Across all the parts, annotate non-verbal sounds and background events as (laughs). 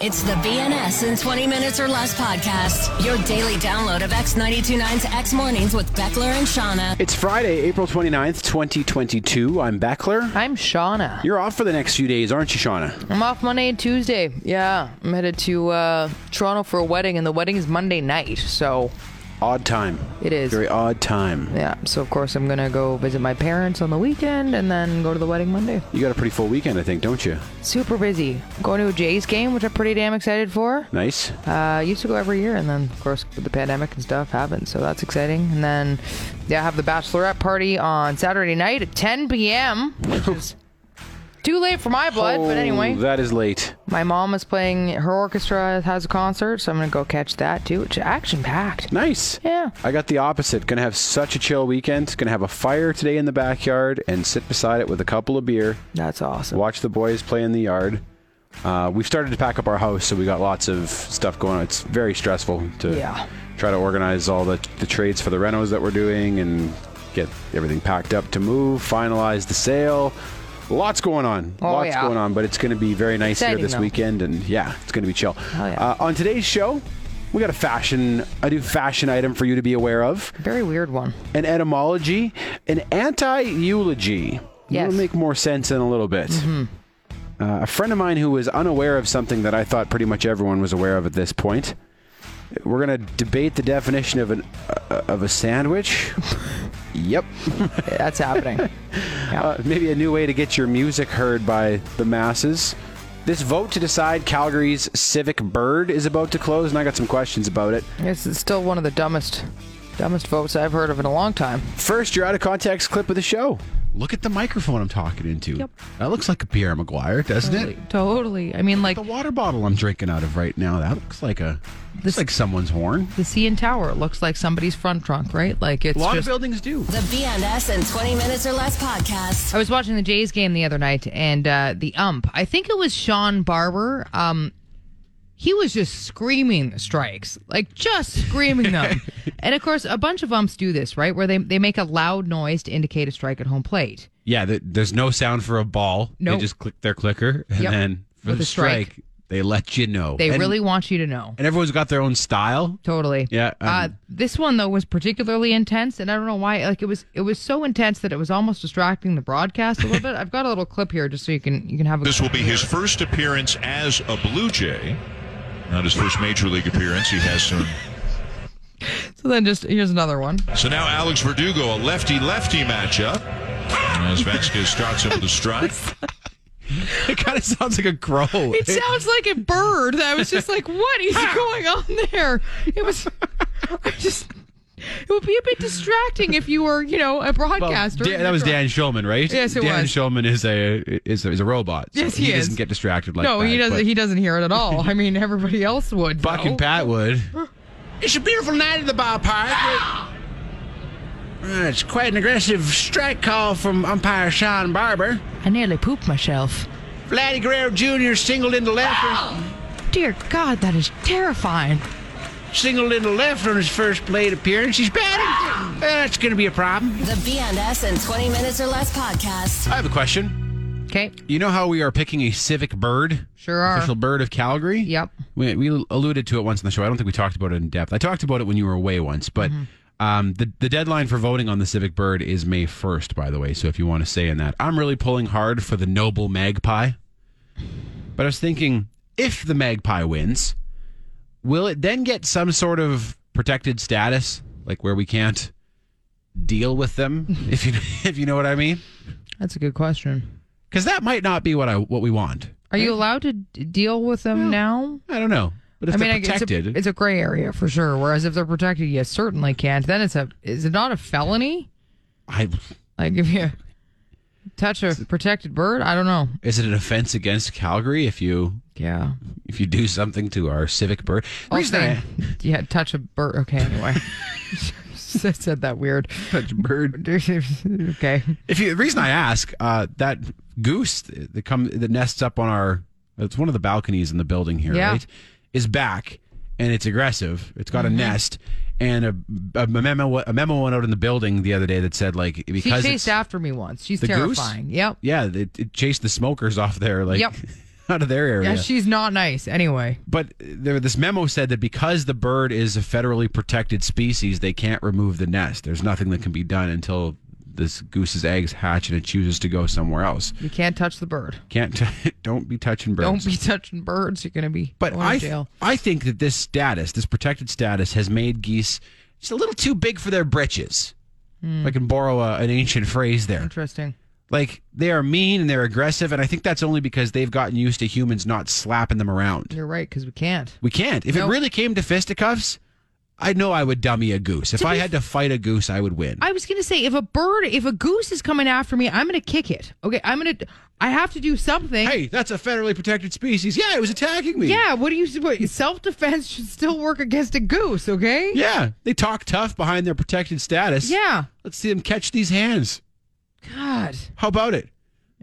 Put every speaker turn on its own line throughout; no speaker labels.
It's the BNS in 20 Minutes or Less podcast, your daily download of X929's X Mornings with Beckler and Shauna.
It's Friday, April 29th, 2022. I'm Beckler.
I'm Shauna.
You're off for the next few days, aren't you, Shauna?
I'm off Monday and Tuesday. Yeah, I'm headed to uh, Toronto for a wedding, and the wedding is Monday night. So,
Odd time.
It is.
Very odd time.
yeah, so of course I'm going to go visit my parents on the weekend and then go to the wedding Monday.
You got a pretty full weekend, I think, don't you?
Super busy. Going to a Jays game, which I'm pretty damn excited for.
Nice.
Uh, used to go every year, and then of course with the pandemic and stuff happened, so that's exciting. And then yeah, I have the bachelorette party on Saturday night at 10 p.m., which is too late for my blood. but anyway,
Oh, that is late.
my mom is playing her orchestra has a concert, so I'm gonna go catch that too. It's action packed.
Nice.
Yeah.
I got the opposite. Gonna have such a chill weekend. Gonna have a fire today in the backyard and sit beside it with a couple of beer,
That's awesome.
watch the boys play in the yard. Uh, we've started to pack up our house, so we got lots of stuff going on. It's very stressful to
Yeah.
try to organize all the, the trades for the renos that we're doing and get everything packed up to move, finalize the sale. Lots going on.
Oh,
lots
yeah.
going on, but it's going to be very nice here
Exciting,
this
though.
weekend, and yeah, it's going to be chill.
Oh, yeah.
uh, on today's show, we got a fashion, a new fashion item for you to be aware of
Very weird one.
an etymology, an anti eulogy.
Yes.
It'll make more sense in a little bit. Uh, a friend of mine who was unaware of something that I thought pretty much everyone was aware of at this point. We're going to debate the definition of an uh, of a sandwich. yep.
That's (laughs) happening.
Uh, maybe a new way to get your music heard by the masses. This vote to decide Calgary's civic bird is about to close, and I got some questions about it.
This is still one of the dumbest, dumbest votes I've heard of in a long time.
First, your out of context clip of the show.
Look at the microphone I'm talking into. That looks like a Pierre Maguire, doesn't it?
Totally. I mean, like
The water bottle I'm drinking out of right now, that looks like a looks like someone's horn.
the CN Tower looks like somebody's front trunk, right? Like it's
A lot
just.
of buildings do.
The BNS in 20 Minutes or Less podcast.
I was watching the Jays game the other night, and uh, the ump, I think it was Sean Barber. Um, he was just screaming the strikes, like just screaming
(laughs)
them. and of course, a bunch of umps do this, right? Where they they make a loud noise to indicate a strike at home plate.
Yeah, th- there's no sound for a ball.
Nope.
They just click their clicker and
Yep.
then for
With
the
a strike.
strike, they let you know.
They
and,
really want you to know.
and everyone's got their own style. (laughs)
Totally.
Yeah,
uh,
um,
this one though was particularly intense, and I don't know why. Like it was, it was so intense that it was almost distracting the broadcast a little bit. I've got a little clip here just so you can you can have a.
This will be his first appearance as a Blue Jay. Not his first major league appearance. He has some.
So then, just here's another one.
So now Alex Verdugo, a lefty lefty matchup. As Vasquez starts him with a strike.
It kind of sounds like a crow.
It sounds like a bird. I was just like,
(laughs)
what is going on there? It was, I just, it would be a bit distracting if you were, you know,
Well,
a broadcaster.
Dan- that was Dan Shulman, right?
Yes, it
Dan
was.
Shulman is a is a, is a robot. so
Yes, he is.
doesn't get distracted like
no,
that.
he doesn't.
but
He doesn't hear it at all. I mean, everybody else would.
Buck
though.
and Pat would. It's a beautiful night at the ballpark. Uh, Ah! it's quite an aggressive strike call from umpire Sean Barber.
I nearly pooped myself.
Vladdy Guerrero Jr. singled into left,
Dear God, that is terrifying.
singled into left on his first plate appearance. He's batting. Uh, that's going to be a problem.
The BNS in 20 Minutes or Less podcast.
I have a question.
Okay.
You know how we are picking a civic bird?
Sure are.
Official bird of Calgary?
Yep.
We, we alluded to it once in the show. I don't think we talked about it in depth. I talked about it when you were away once, but
Mm-hmm.
um, the, the deadline for voting on the civic bird is May 1st, by the way. So if you want to say in that, I'm really pulling hard for the noble magpie. But I was thinking if the magpie wins, will it then get some sort of protected status, like where we can't deal with them, (laughs) if you, if you know what I mean?
That's a good question.
Because that might not be what I what we want.
Are you allowed to d- deal with them now?
I don't know. But if
I mean, I
they're
guess it's a-
protected,
It's, a, gray area for sure. Whereas if they're protected, you certainly can't. Then it's a is it not a felony?
I,
Like if you touch a protected bird, I don't know.
is it an offense against Calgary if you
Yeah.
if you do something to our civic bird? The reason I-
yeah, touch a bird. Okay, (laughs) anyway. I said that weird.
Such bird.
(laughs) okay.
If you, the reason I ask, uh, that goose that come that nests up on our it's one of the balconies in the building here,
Yeah.
right? Is back and it's aggressive. It's got
Mm-hmm.
a nest and a, a memo a memo went out in the building the other day that said like
She
because
chased
it's-
after me once. She's
the goose?
terrifying. Yep.
yeah, it, it chased the smokers off there like
Yep.
(laughs) out of their area.
Oh, Yeah, she's not nice anyway.
But there, this memo said that because the bird is a federally protected species, they can't remove the nest. There's nothing that can be done until this goose's eggs hatch and it chooses to go somewhere else.
You can't touch the bird.
Can't (laughs) don't be touching birds.
Don't be touching birds. You're gonna be
But
going
I,
to jail.
I think that this status, this protected status, has made geese just a little too big for their britches. If I can borrow a, an ancient phrase there.
Hmm. Interesting.
Like they are mean and they're aggressive, and I think that's only because they've gotten used to humans not slapping them around.
You're right because we can't.
We can't. If
Nope.
it really came to fisticuffs, I know I would dummy a goose. If
To
I
be
had to fight a goose, I would win.
I was gonna say if a bird, if a goose is coming after me, I'm gonna kick it. Okay, I'm gonna. I have to do something.
hey, that's a federally protected species. Yeah, it was attacking me.
Yeah. What do you? What, self-defense should still work against a goose. Okay.
Yeah. They talk tough behind their protected status.
Yeah.
Let's see them catch these hands.
God.
How about it?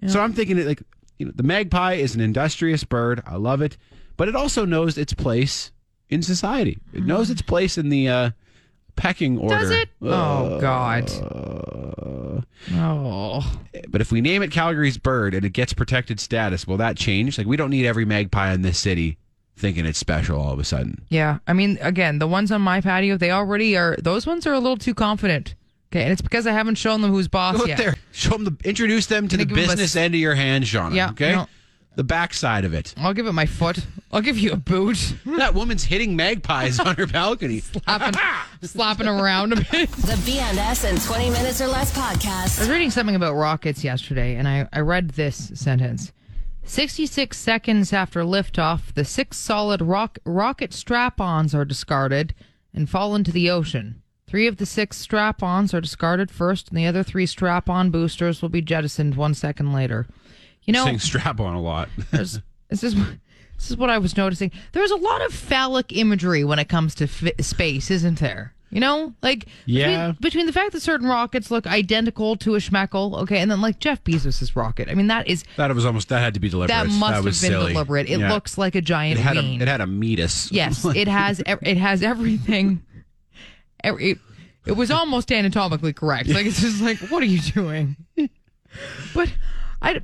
So I'm thinking it like you know, the magpie is an industrious bird. I love it, but it also knows its place in society. It knows its place in the uh, pecking order. Uh,
Hmm. Does it? oh God. oh.
But if we name it Calgary's bird and it gets protected status, will that change? Like we don't need every magpie in this city thinking it's special all of a sudden.
Yeah. I mean, again, the ones on my patio, they already are. Those ones are a little too confident. Okay, and it's because I haven't shown them who's boss
Go out
yet.
there, show them the introduce them to the
Gonna give 'em a
business
s-
end of your hand, Shauna.
Yeah,
okay,
no.
the backside of it. (laughs)
I'll give it my foot. I'll give you a (laughs) boot.
That woman's hitting magpies on her
(laughs)
balcony.
slapping, (laughs) slapping around a bit.
The BNS in 20 minutes or less
I
podcast.
was reading something about rockets yesterday, and I, I read this sentence. 66 seconds after liftoff, the six solid rock, rocket strap ons are discarded and fall into the ocean. Three of the six strap ons are discarded first, and the other three strap on boosters will be jettisoned one second later. You know,
Saying strap on a lot. (laughs)
there's, this is this is what I was noticing. There's a lot of phallic imagery when it comes to fi- space, isn't there? You know, like
Yeah.
between, between the fact that certain rockets look identical to a Schmeckle, okay, and then like Jeff Bezos's rocket. I mean, that is
That was almost that had to be deliberate.
that must have been
was silly.
deliberate. It
Yeah.
looks like a
it
giant
had a
bean.
it had a meatus.
yes, it has ev- it has everything. Every, it, it was almost anatomically correct. Like it's just like, what are you doing? but I,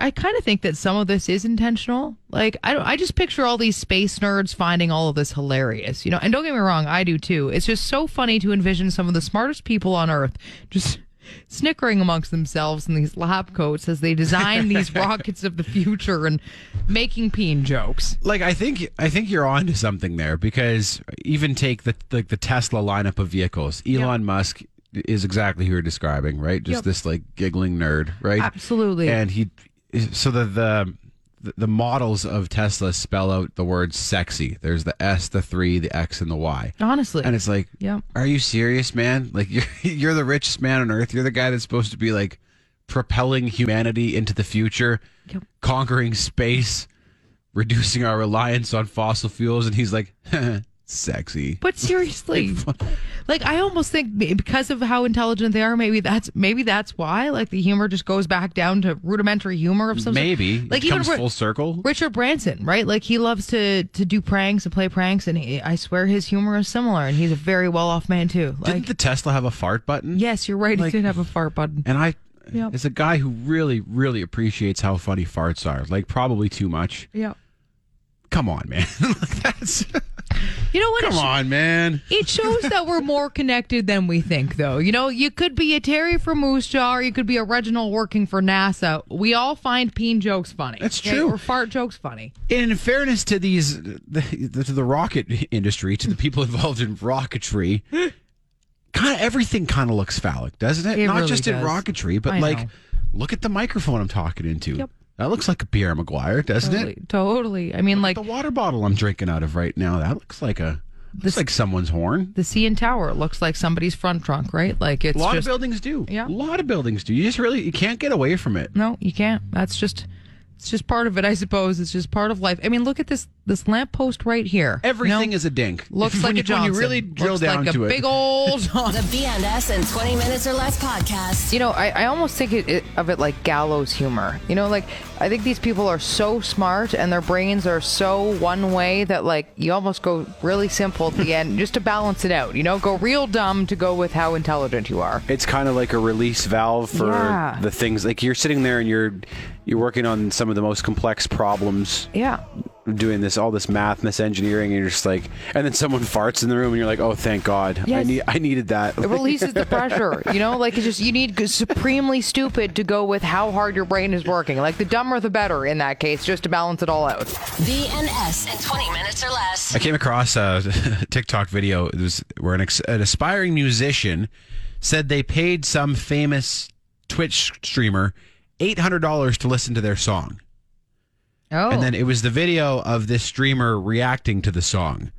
I kind of think that some of this is intentional. Like I don't, I just picture all these space nerds finding all of this hilarious, you know. And don't get me wrong, I do too. It's just so funny to envision some of the smartest people on Earth just (laughs) snickering amongst themselves in these lab coats as they design these rockets of the future and making peen jokes.
Like I think I think you're on to something there because even take the like the Tesla lineup of vehicles. Elon Musk is exactly who you're describing, right? Just
Yep.
this like giggling nerd, right?
Absolutely.
And he so the the the models of Tesla spell out the word sexy. There's the S, the 3, the X and the Y.
Honestly,
And it's like,
Yep.
are you serious, man? Like (laughs) you're you're the richest man on earth. You're the guy that's supposed to be like propelling humanity into the future,
Yep.
conquering space, reducing our reliance on fossil fuels, and he's like, (laughs) sexy. (laughs)
But seriously, like I almost think be- because of how intelligent they are, maybe that's maybe that's why like the humor just goes back down to rudimentary humor of some sort.
Maybe
like
it
even
comes
Ri-
full circle.
Richard Branson, right? Like he loves to to do pranks and play pranks, and he, I swear his humor is similar, and he's a very well off man too. Like
Didn't the Tesla have a fart button?
yes, you're right.
like-
he did have a fart button.
And I,
Yep.
as a guy who really, really appreciates how funny farts are, like probably too much.
Yeah.
Come on, man. (laughs) like
(laughs)
that's.
You know what? It
Come
sh-
on, man.
It shows that we're more connected than we think, though. You know, you could be a Terry from Moose Jaw, or you could be a Reginald working for NASA. We all find peen jokes funny.
That's
okay?
true.
Or fart jokes funny.
in fairness to these the, to the rocket industry
(laughs)
to the people involved in rocketry kind of everything kind of looks phallic doesn't it,
It
not
really
just in
does.
rocketry but
I
like
know.
look at the microphone i'm talking into
Yep.
that looks like a pierre maguire doesn't
Totally.
it
totally. I mean, like
the water bottle i'm drinking out of right now that looks like a looks like someone's horn
the CN Tower looks like somebody's front trunk, right? Like it's
a lot
just
of buildings do a
Yeah.
lot of buildings do you just really you can't get away from it
no, you can't. That's just it's just part of it, I suppose. It's just part of life. I mean, look at this this lamppost right here.
Everything
No?
is a dink. (laughs)
looks
When
like
you-
a Johnson.
When you really drill
looks
down
like
to
a
it, (laughs)
big old
The
Johnson.
BNS in 20 minutes or less podcast.
You know, I, I almost think it, it, of it like gallows humor. You know, like I think these people are so smart and their brains are so one way that like you almost go really simple at
(laughs)
the end just to balance it out. You know, go real dumb to go with how intelligent you are.
It's kind of like a release valve for
Yeah.
the things. Like you're sitting there and you're you're working on some of the most complex problems.
Yeah.
Doing this, all this math, and this engineering, and you're just like, and then someone farts in the room, and you're like, oh, thank God, I
Yes.
need, I needed that.
It releases the
(laughs)
pressure, you know. Like it's just you need supremely stupid to go with how hard your brain is working. Like the dumber the better in that case, just to balance it all out.
BNS in 20 minutes or less.
I came across a (laughs) TikTok video it was, where an, ex- an aspiring musician said they paid some famous Twitch streamer $800 to listen to their song.
Oh,
And then it was the video of this streamer reacting to the song.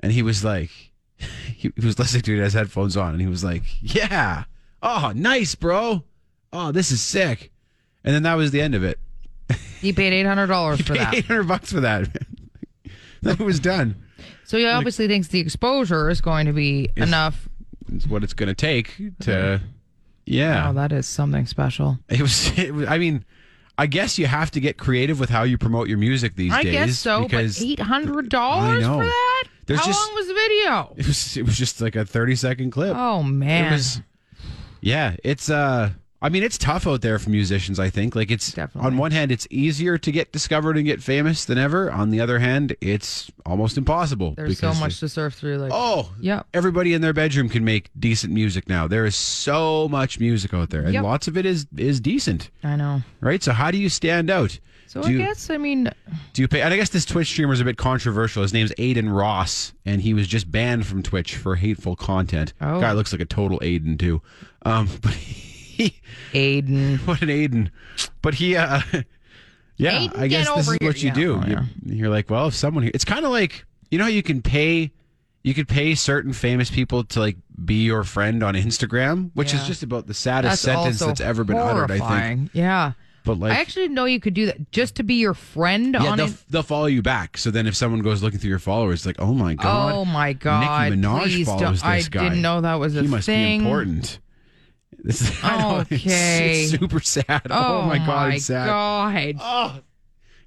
And he was like, (laughs) he, he was listening to it, he has headphones on, and he was like, yeah. Oh, nice, bro. Oh, this is sick. And then that was the end of it.
he paid eight hundred dollars
(laughs)
for that.
800 bucks for that. (laughs) that was done.
So he obviously thinks the exposure is going to be enough.
It's what it's going to take to, yeah.
Oh, that is something special.
It was, it was. I mean, I guess you have to get creative with how you promote your music these
I
days.
guess so, but
Because
eight hundred dollars
I know.
for that?
There's
How
just-
long was the video?
it was it was just like a thirty second clip.
Oh
it
man,
was. Yeah, it's. uh I mean, it's tough out there for musicians. I think like it's
Definitely.
on one hand, it's easier to get discovered and get famous than ever. On the other hand, it's almost impossible.
there's so
because
much to surf through. Like,
Oh,
Yep.
Everybody in their bedroom can make decent music now. There is so much music out there, and
Yep.
lots of it is is decent,
I know.
right? So how do you stand out?
So
Do
I
you-
guess I mean,
Do you pay? And I guess this Twitch streamer is a bit controversial. His name's Aiden Ross, and he was just banned from Twitch for hateful content.
Oh.
Guy looks like a total Aiden too. Um, but he,
Aiden.
what an Aiden! But he, uh, (laughs) yeah,
Aiden,
I guess
get
this is
over here.
what you
Yeah.
do.
Oh, yeah.
you, you're like, well, if someone here, it's kind of like you know, how you can pay, you could pay certain famous people to like be your friend on Instagram, which is
Yeah.
just about the saddest
That's
sentence
also
that's ever been uttered. I think.
horrifying. Yeah.
But like,
I actually didn't know you could do that just to be your friend
Yeah,
on
they'll,
it.
they'll follow you back. So then, if someone goes looking through your followers, it's like, oh my god,
Oh my god!
Nicki Minaj
please
follows
don't-
this
I
guy.
didn't know that was a
he must
thing.
be important. This is (laughs) I know, it's-
Okay.
it's, super sad. Oh,
Oh,
my god, it's sad.
God.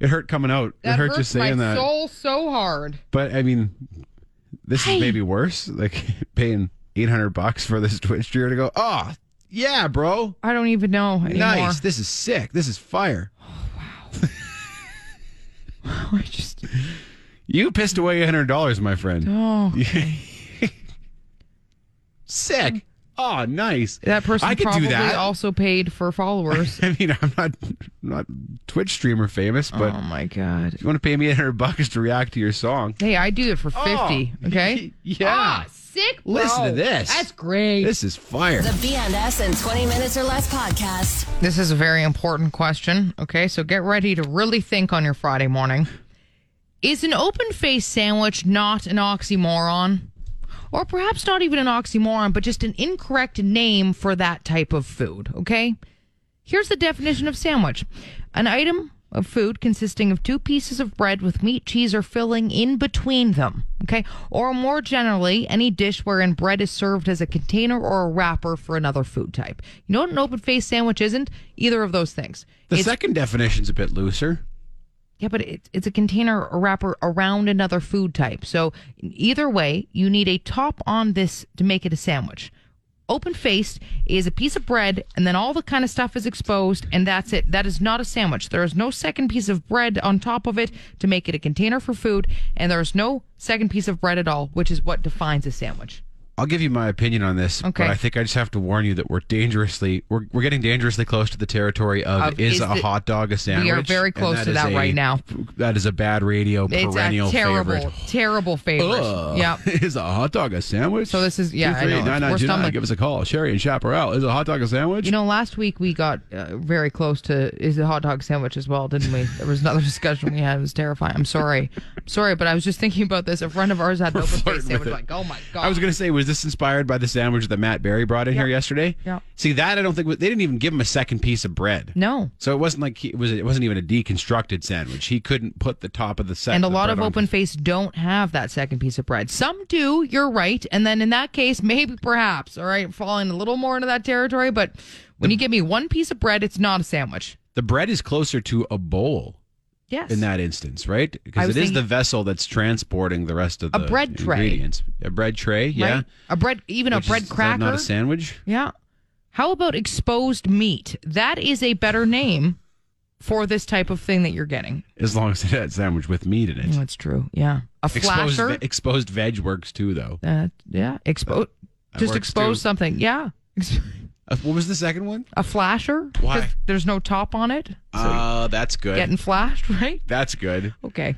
It hurt coming out.
that
it hurt
hurts
just saying
my
that.
soul so hard.
But I mean, this is maybe worse. Like (laughs) paying eight hundred bucks for this (laughs) Twitch streamer to go. Oh yeah, bro,
I don't even know anymore.
nice. This is sick. This is fire.
(laughs) I just
You pissed away eight hundred dollars, my friend.
oh
Sick. Oh, nice.
that person
I could
probably
do that.
also paid for followers.
(laughs) I mean, I'm not I'm not Twitch streamer famous, but
(laughs) oh my god.
if you want to pay me 800 bucks to react to your song,
Hey, I do it for fifty. Okay.
yeah.
Ah, Oh. (laughs) sick. Bro.
Listen to this.
That's great.
this is fire.
The BNS in 20 minutes or less podcast.
This is a very important question. Okay, so get ready to really think on your Friday morning. Is an open faced sandwich not an oxymoron? Or perhaps not even an oxymoron, but just an incorrect name for that type of food, okay? Here's the definition of sandwich an item of food consisting of two pieces of bread with meat, cheese, or filling in between them, okay? Or more generally, any dish wherein bread is served as a container or a wrapper for another food type. You know what an open faced sandwich isn't? Either of those things.
the
It's-
second definition's a bit looser.
yeah, but it, it's a container or wrapper around another food type. So either way, you need a top on this to make it a sandwich. Open faced is a piece of bread, and then all the kind of stuff is exposed, and that's it. That is not a sandwich. There is no second piece of bread on top of it to make it a container for food, and there is no second piece of bread at all, which is what defines a sandwich.
I'll give you my opinion on this,
Okay.
but I think I just have to warn you that we're dangerously we're, we're getting dangerously close to the territory of,
Of
is,
is
a
the-
hot dog a sandwich?
We are very
And
close to
is
that
a-
right now.
That is a bad radio
It's
perennial
a terrible,
favorite.
terrible favorite.
Ugh. (laughs)
Yeah.
is a hot dog a sandwich? So
this is- yeah, I know. We're stumbling.
Give us a call. Sherry and Chaparral. Is a hot dog a sandwich?
You know, last week we got uh, very close to is the hot dog sandwich as well, didn't we? There was another (laughs) discussion we had. It was terrifying. I'm sorry, I'm sorry, but I was just thinking about this. A friend of ours had the open
flirting
faced sandwich.
with it.
Like, oh my god!
I was going to say, was was this inspired by the sandwich that Matt Berry brought in here yesterday?
Yeah.
See that I don't think was- they didn't even give him a second piece of bread.
No.
So it wasn't like he, it was. It wasn't even a deconstructed sandwich. He couldn't put the top of the set.
And a
the
lot
bread
of
on.
open face don't have that second piece of bread. Some do, you're right. And then in that case, maybe perhaps, all right, falling a little more into that territory. But when you give me one piece of bread, it's not a sandwich.
The bread is closer to a bowl
Yes.
in that instance, right?
I
Because
was
it is the
thinking-
vessel that's transporting the rest of
A
the
bread tray.
ingredients. A bread tray, yeah.
Right? A bread, even
Which
a bread
is, is that
cracker.
not a sandwich.
yeah. How about exposed meat? That is a better name for this type of thing that you're getting.
As long as it had sandwich with meat in it.
Oh, that's true. Yeah. A
Exposed,
flasher.
ve- exposed veg works too, though.
uh, yeah. Expose.
That
Just
works
expose
too.
something. Yeah. Ex-
Uh, what was the second one?
A flasher. 'Cause
Why?
There's no top on it.
Oh,
So
that's good.
getting flashed, (laughs) right?
that's good.
(laughs) Okay.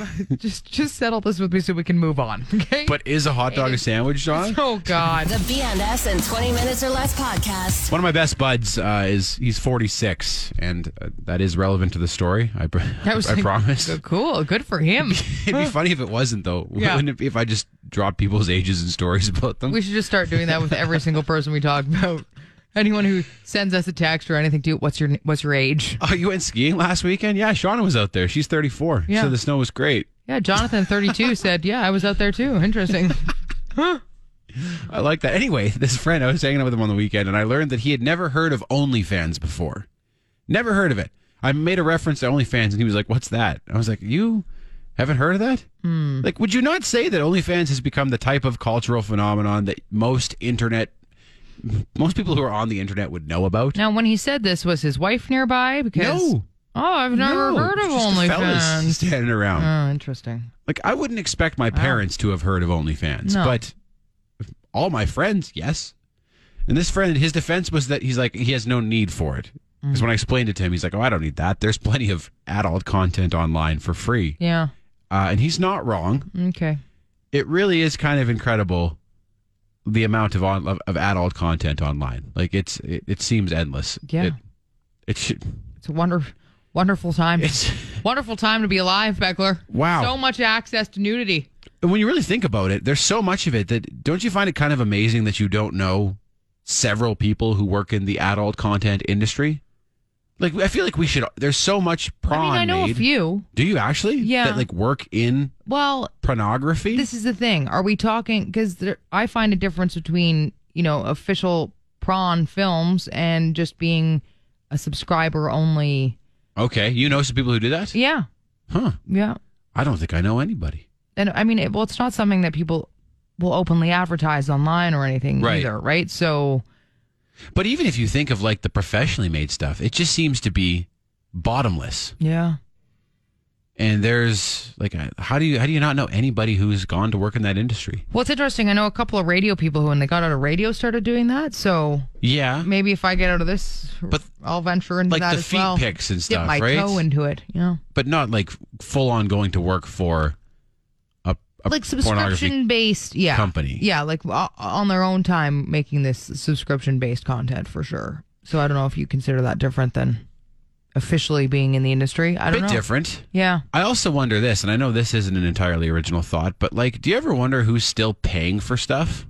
Right. (laughs) just just settle this with me so we can move on. Okay.
But is a hot dog a sandwich, John?
(laughs) oh
(laughs)
God.
The BNS in 20 minutes or less podcast.
One of my best buds uh, is he's 46, and uh, that is relevant to the story. I, pr- (laughs) I,
That was like,
promise.
good- Cool. Good for him.
(laughs) It'd
(laughs)
be funny if it wasn't, though.
Yeah.
(laughs) Wouldn't it be if I just dropped people's ages and stories about them?
we should just start doing that with every single person we talk about. Anyone who sends us a text or anything, dude, what's your what's your age?
oh, you went skiing last weekend? Yeah, Shauna was out there. She's 34.
Yeah.
So the snow was great.
Yeah,
(laughs)
Jonathan, thirty-two, said, "Yeah, I was out there too. Interesting.
I like that. Anyway, (laughs) this friend, I was hanging out with him on the weekend, and I learned that he had never heard of OnlyFans before. Never heard of it. I made a reference to OnlyFans, and he was like, "What's that?" I was like, "You haven't heard of that?
Hmm.
Like, would you not say that OnlyFans has become the type of cultural phenomenon that most internet, most people who are on the internet would know about?"
Now, when he said this, was his wife nearby? Because
No.
oh, I've never
No,
heard of
it's just the fellas
OnlyFans.
standing around.
Oh, interesting.
Like, I wouldn't expect my parents to have heard of OnlyFans,
No.
but all my friends, yes. And this friend, his defense was that he's like, he has no need for it. Because
Mm.
when I explained it to him, he's like, oh, I don't need that. There's plenty of adult content online for free.
Yeah.
Uh, and he's not wrong.
Okay.
It really is kind of incredible the amount of on, of, of adult content online. Like, it's it, it seems endless.
Yeah.
It, it should, (laughs)
It's a wonder, wonderful time.
it's.
Wonderful time to be alive, Beckler.
Wow.
So much access to nudity.
And when you really think about it, there's so much of it that don't you find it kind of amazing that you don't know several people who work in the adult content industry? Like I feel like we should. There's so much
I
porn.
mean, I know
made.
a few.
Do you actually?
Yeah.
That like work in
Well,
pornography.
this is the thing. Are we talking? Because I find a difference between, you know, official prawn films and just being a subscriber only.
okay, you know some people who do that?
Yeah.
Huh?
Yeah.
I don't think I know anybody.
And I mean, it, well, it's not something that people will openly advertise online or anything
Right.
either, right? So,
But even if you think of like the professionally made stuff, it just seems to be bottomless.
yeah.
And there's like, a- how do you how do you not know anybody who's gone to work in that industry?
Well, it's interesting. I know a couple of radio people who, when they got out of radio, started doing that. So
Yeah.
maybe if I get out of this,
But-
I'll venture into
like
that
the
as
feet
well.
pics and
Dip
stuff,
my
right?
toe into it. Yeah,
but not like full on going to work for a, a
like
pornography.
subscription based. Yeah,
company.
Yeah, like o- on their own time making this subscription based content for sure. So I don't know if you consider that different than officially being in the industry. I
A
don't
bit
know.
different.
Yeah.
I also wonder this, and I know this isn't an entirely original thought, but like, do you ever wonder who's still paying for stuff?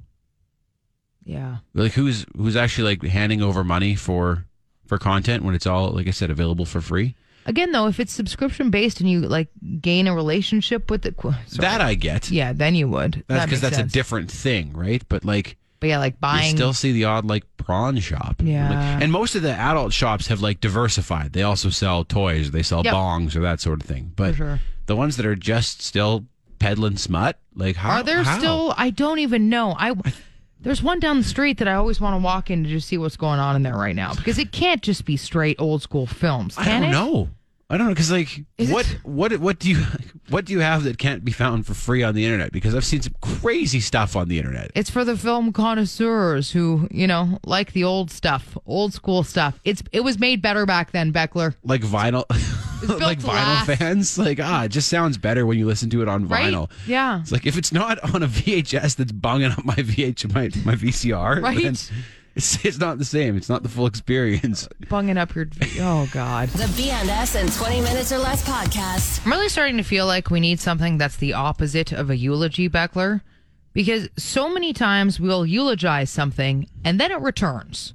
Yeah.
Like, who's who's actually like handing over money for for content when it's all, like I said, available for free?
Again, though, if it's subscription based and you like gain a relationship with it,
That I get.
yeah, then you would.
That's
That
because
makes
that's a
sense.
different thing, right? But like,
But yeah, like
you
buying
still see the odd like prawn shop.
Yeah.
Like- and most of the adult shops have like diversified. They also sell toys, they sell
Yep.
bongs or that sort of thing. But
sure.
the ones that are just still peddling smut, like how
Are there
how?
still? I don't even know. I there's one down the street that I always want to walk in to just see what's going on in there right now because it can't just be straight old school films.
I
can
don't
it?
know. I don't know because like
Is
what
it-
what what do you (laughs) what do you have that can't be found for free on the internet? Because I've seen some crazy stuff on the internet.
It's for the film connoisseurs who you know like the old stuff, old school stuff. It's it was made better back then, Beckler.
like vinyl (laughs)
built
like
to
vinyl
last.
fans like ah it just sounds better when you listen to it on
Right?
vinyl
Yeah.
it's like if it's not on a vhs that's bunging up my vh my, my vcr
Right?
then it's, it's not the same it's not the full experience
Bunging up your oh god.
The BNS in 20 minutes or less podcast.
I'm really starting to feel like we need something that's the opposite of a eulogy, Beckler. because so many times we'll eulogize something and then it returns.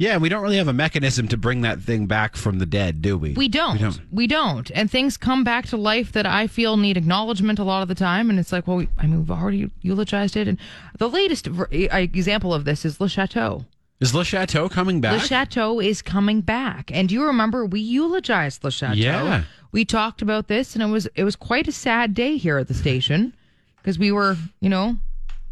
Yeah, and we don't really have a mechanism to bring that thing back from the dead, do we?
We don't. We don't. And things come back to life that I feel need acknowledgement a lot of the time. And it's like, well, we, I mean, we've already eulogized it. And the latest ver- e- example of this is Le Chateau.
Is Le Chateau coming back?
Le Chateau is coming back. And do you remember we eulogized Le Chateau?
Yeah.
We talked about this and it was it was quite a sad day here at the station (laughs) because we were, you know,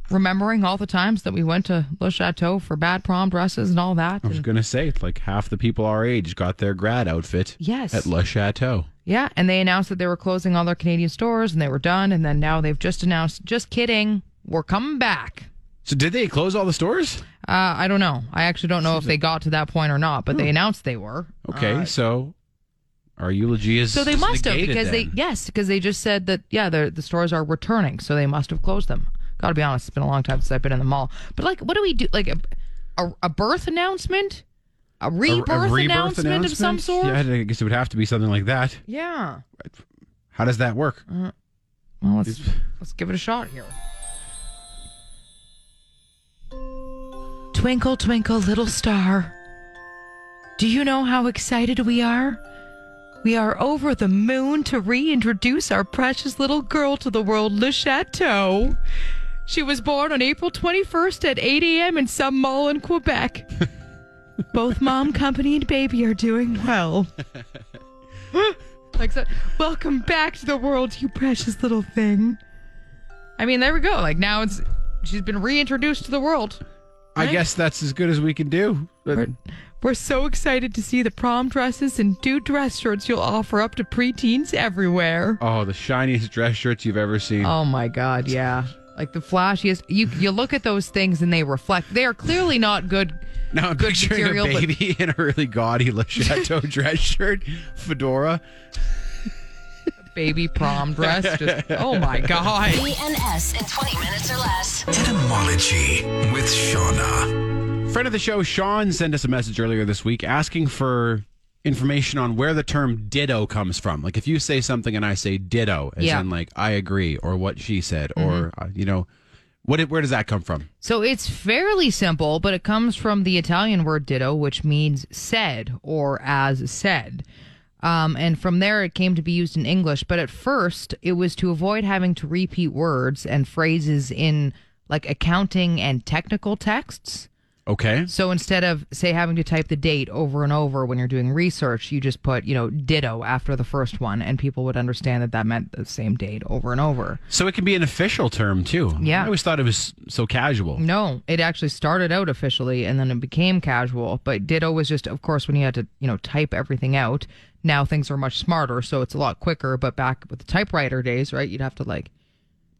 remembering all the times that we went to Le Chateau for bad prom dresses and all that.
I was
And-
gonna say, it's like half the people our age got their grad outfit.
Yes.
At Le Chateau.
yeah, and they announced that they were closing all their Canadian stores and they were done and then now they've just announced just kidding, we're coming back.
So did they close all the stores?
Uh, I don't know. I actually don't know if they got to that point or not, but they announced they were.
Okay, so our eulogy is
So they must have
negated
because they
then.
yes because they just said that yeah the the stores are returning so they must have closed them. Got to be honest, it's been a long time since I've been in the mall. But like, what do we do? Like a a, a birth announcement, a rebirth, announcement, of some sort.
Yeah,
Yeah.
I guess it would have to be something like that. How does that work?
Well, let's let's give it a shot here. Twinkle, twinkle, little star. Do you know how excited we are? We are over the moon to reintroduce our precious little girl to the world, Le Chateau. She was born on April 21st at 8 a.m. in some mall in Quebec. Both mom company and baby are doing well. like so, welcome back to the world, you precious little thing. I mean, there we go. Like now it's she's been reintroduced to the world.
I guess that's as good as we can do. But
We're so excited to see the prom dresses and new dress shirts you'll offer up to preteens everywhere.
oh, the shiniest dress shirts you've ever seen.
Oh my god, yeah. Like the flashiest you you look at those things and they reflect. They are clearly not good.
Now I'm picturing
material,
a
but-
baby (laughs) in a really gaudy Le
(laughs)
Chateau dress shirt, fedora.
Baby prom dress. Just, oh my god.
BNS in 20 minutes or less.
Etymology with Shauna.
Friend of the show, Sean, sent us a message earlier this week asking for information on where the term ditto comes from. Like if you say something and I say ditto, as
Yeah. Mm-hmm.
in like I agree or what she said or uh, you know, what it- where does that come from?
So it's fairly simple, but it comes from the Italian word ditto, which means said or as said. Um, and from there, it came to be used in English. But at first, it was to avoid having to repeat words and phrases in like accounting and technical texts.
Okay.
So instead of, say, having to type the date over and over when you're doing research, you just put, you know, ditto after the first one, and people would understand that that meant the same date over and over.
So it can be an official term too.
Yeah. Mm.
I always thought it was so casual.
No, it actually started out officially and then it became casual. But ditto was just, of course, when you had to, you know, type everything out. Now things are much smarter, so it's a lot quicker. But back with the typewriter days, right, you'd have to like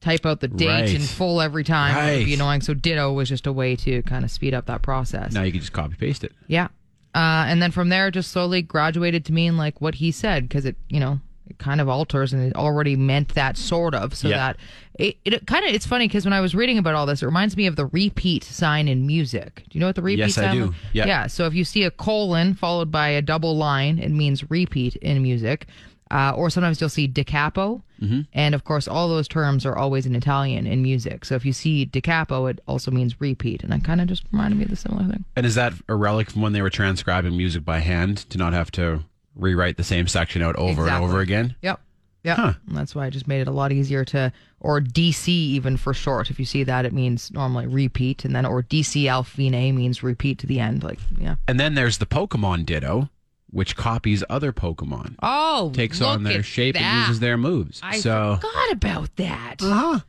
type out the date
Right.
in full every time. and It'd be
Right.
annoying. So ditto was just a way to kind of speed up that process.
Now you can just copy paste it.
Yeah. Uh, and then from there, just slowly graduated to mean like what he said because it, you know, it kind of alters and it already meant that sort of. So
Yeah.
that it, it kind of, it's funny because when I was reading about all this, it reminds me of the repeat sign in music. Do you know what the repeat
Yes, I
sign
do. Yeah.
Yeah. So if you see a colon followed by a double line, it means repeat in music. Uh, or sometimes you'll see da capo.
Mm-hmm.
And of course, all those terms are always in Italian in music. So if you see da capo, it also means repeat. And that kind of just reminded me of the similar thing.
And is that a relic from when they were transcribing music by hand to not have to rewrite the same section out over and
Exactly.
over again?
Yep. Yep.
Huh.
And That's why I just made it a lot easier to, or DC even for short. If you see that, it means normally repeat, and then or DCL fine means repeat to the end. Like, yeah.
And then there's the Pokemon Ditto, which copies other Pokemon.
Oh,
takes
look
on their
at
shape
that.
and uses their moves.
I
so
forgot about that.
uh-huh.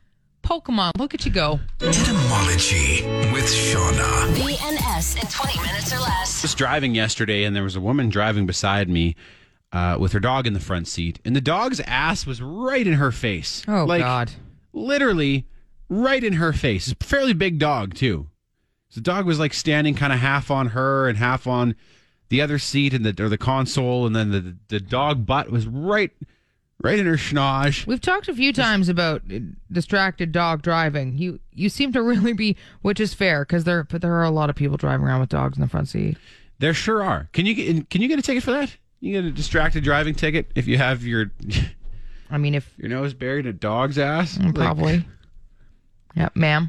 Pokemon, look at you go.
Etymology with Shauna.
BNS in 20 minutes or less.
was driving yesterday and there was a woman driving beside me uh, with her dog in the front seat and the dog's ass was right in her face.
Oh
like,
God.
Literally right in her face. It's a fairly big dog too. So the dog was like standing kind of half on her and half on the other seat and the or the console and then the the dog butt was right right in her schnosh.
We've talked a few times about uh, distracted dog driving. You you seem to really be, which is fair, because there but there are a lot of people driving around with dogs in the front seat.
There sure are. Can you get can you get a ticket for that? You get a distracted driving ticket if you have your (laughs)
I mean, if
your
Mm,
nose buried in a dog's ass. Like,
probably, Yeah, ma'am,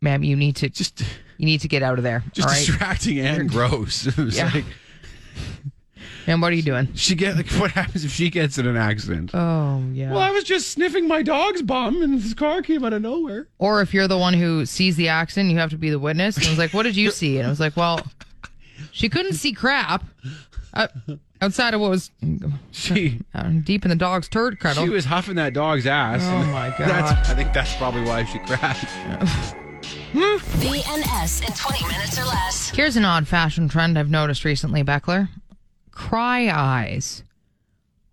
ma'am, you need
(laughs)
to
Just,
you need to get out of there.
just
all right,
distracting and gross. (laughs) It was
Yeah.
like,
ma'am, what are you doing?
she get like, what happens if she gets in an accident?
Oh yeah.
Well, I was just sniffing my dog's bum, and this car came out of nowhere.
or if you're the one who sees the accident, you have to be the witness. And I was like, "What did you see?" And I was like, "Well, she couldn't see crap uh, outside of what was
(laughs) She
uh, deep in the dog's turd
she
cuddle."
was huffing that dog's ass.
Oh my
(laughs)
God.
That's, I think that's probably why she crashed.
BNS in 20 minutes or less.
Here's an odd fashion trend I've noticed recently, Beckler. Cry eyes.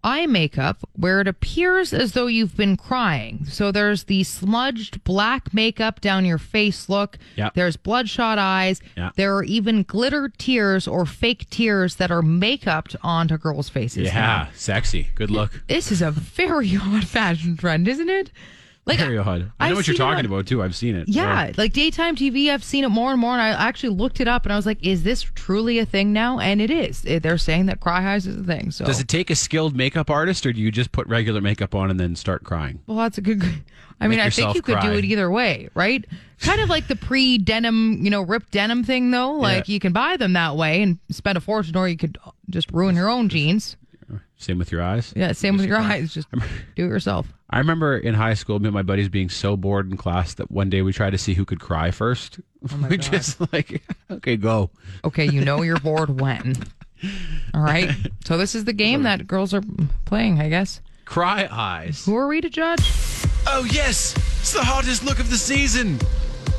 Eye makeup where it appears as though you've been crying. So there's the smudged black makeup down your face look.
Yep.
There's bloodshot eyes.
Yeah.
There are even glitter tears or fake tears that are makeuped onto girls' faces. Now,
sexy. Good look.
This is a very (laughs) odd fashion trend, isn't it? Like
Very odd. I know
I've
what you're
seen it
talking
on-
about too. I've seen it.
yeah, like daytime TV, I've seen it more and more, and I actually looked it up, and I was like, "Is this truly a thing now?" And it is. It- They're saying that cry highs is a thing. So,
Does it take a skilled makeup artist, or do you just put regular makeup on and then start crying?
well, that's a good. I mean, I think
yourself
you could do
cry.
it either way, right? Kind of like the pre-denim, you know, ripped denim thing, though. Like you can buy them that way and spend a fortune, or you could just ruin your own jeans.
Same with your eyes.
Yeah, same with your eyes. Just do it yourself.
I remember in high school, me and my buddies being so bored in class that one day we tried to see who could cry first.
Oh,
(laughs) we just like, (laughs) okay, go.
Okay, you know you're bored
(laughs)
when. All right. So this is the game that girls are playing, I guess.
Cry eyes.
Who are we to judge?
Oh yes, it's the hottest look of the season.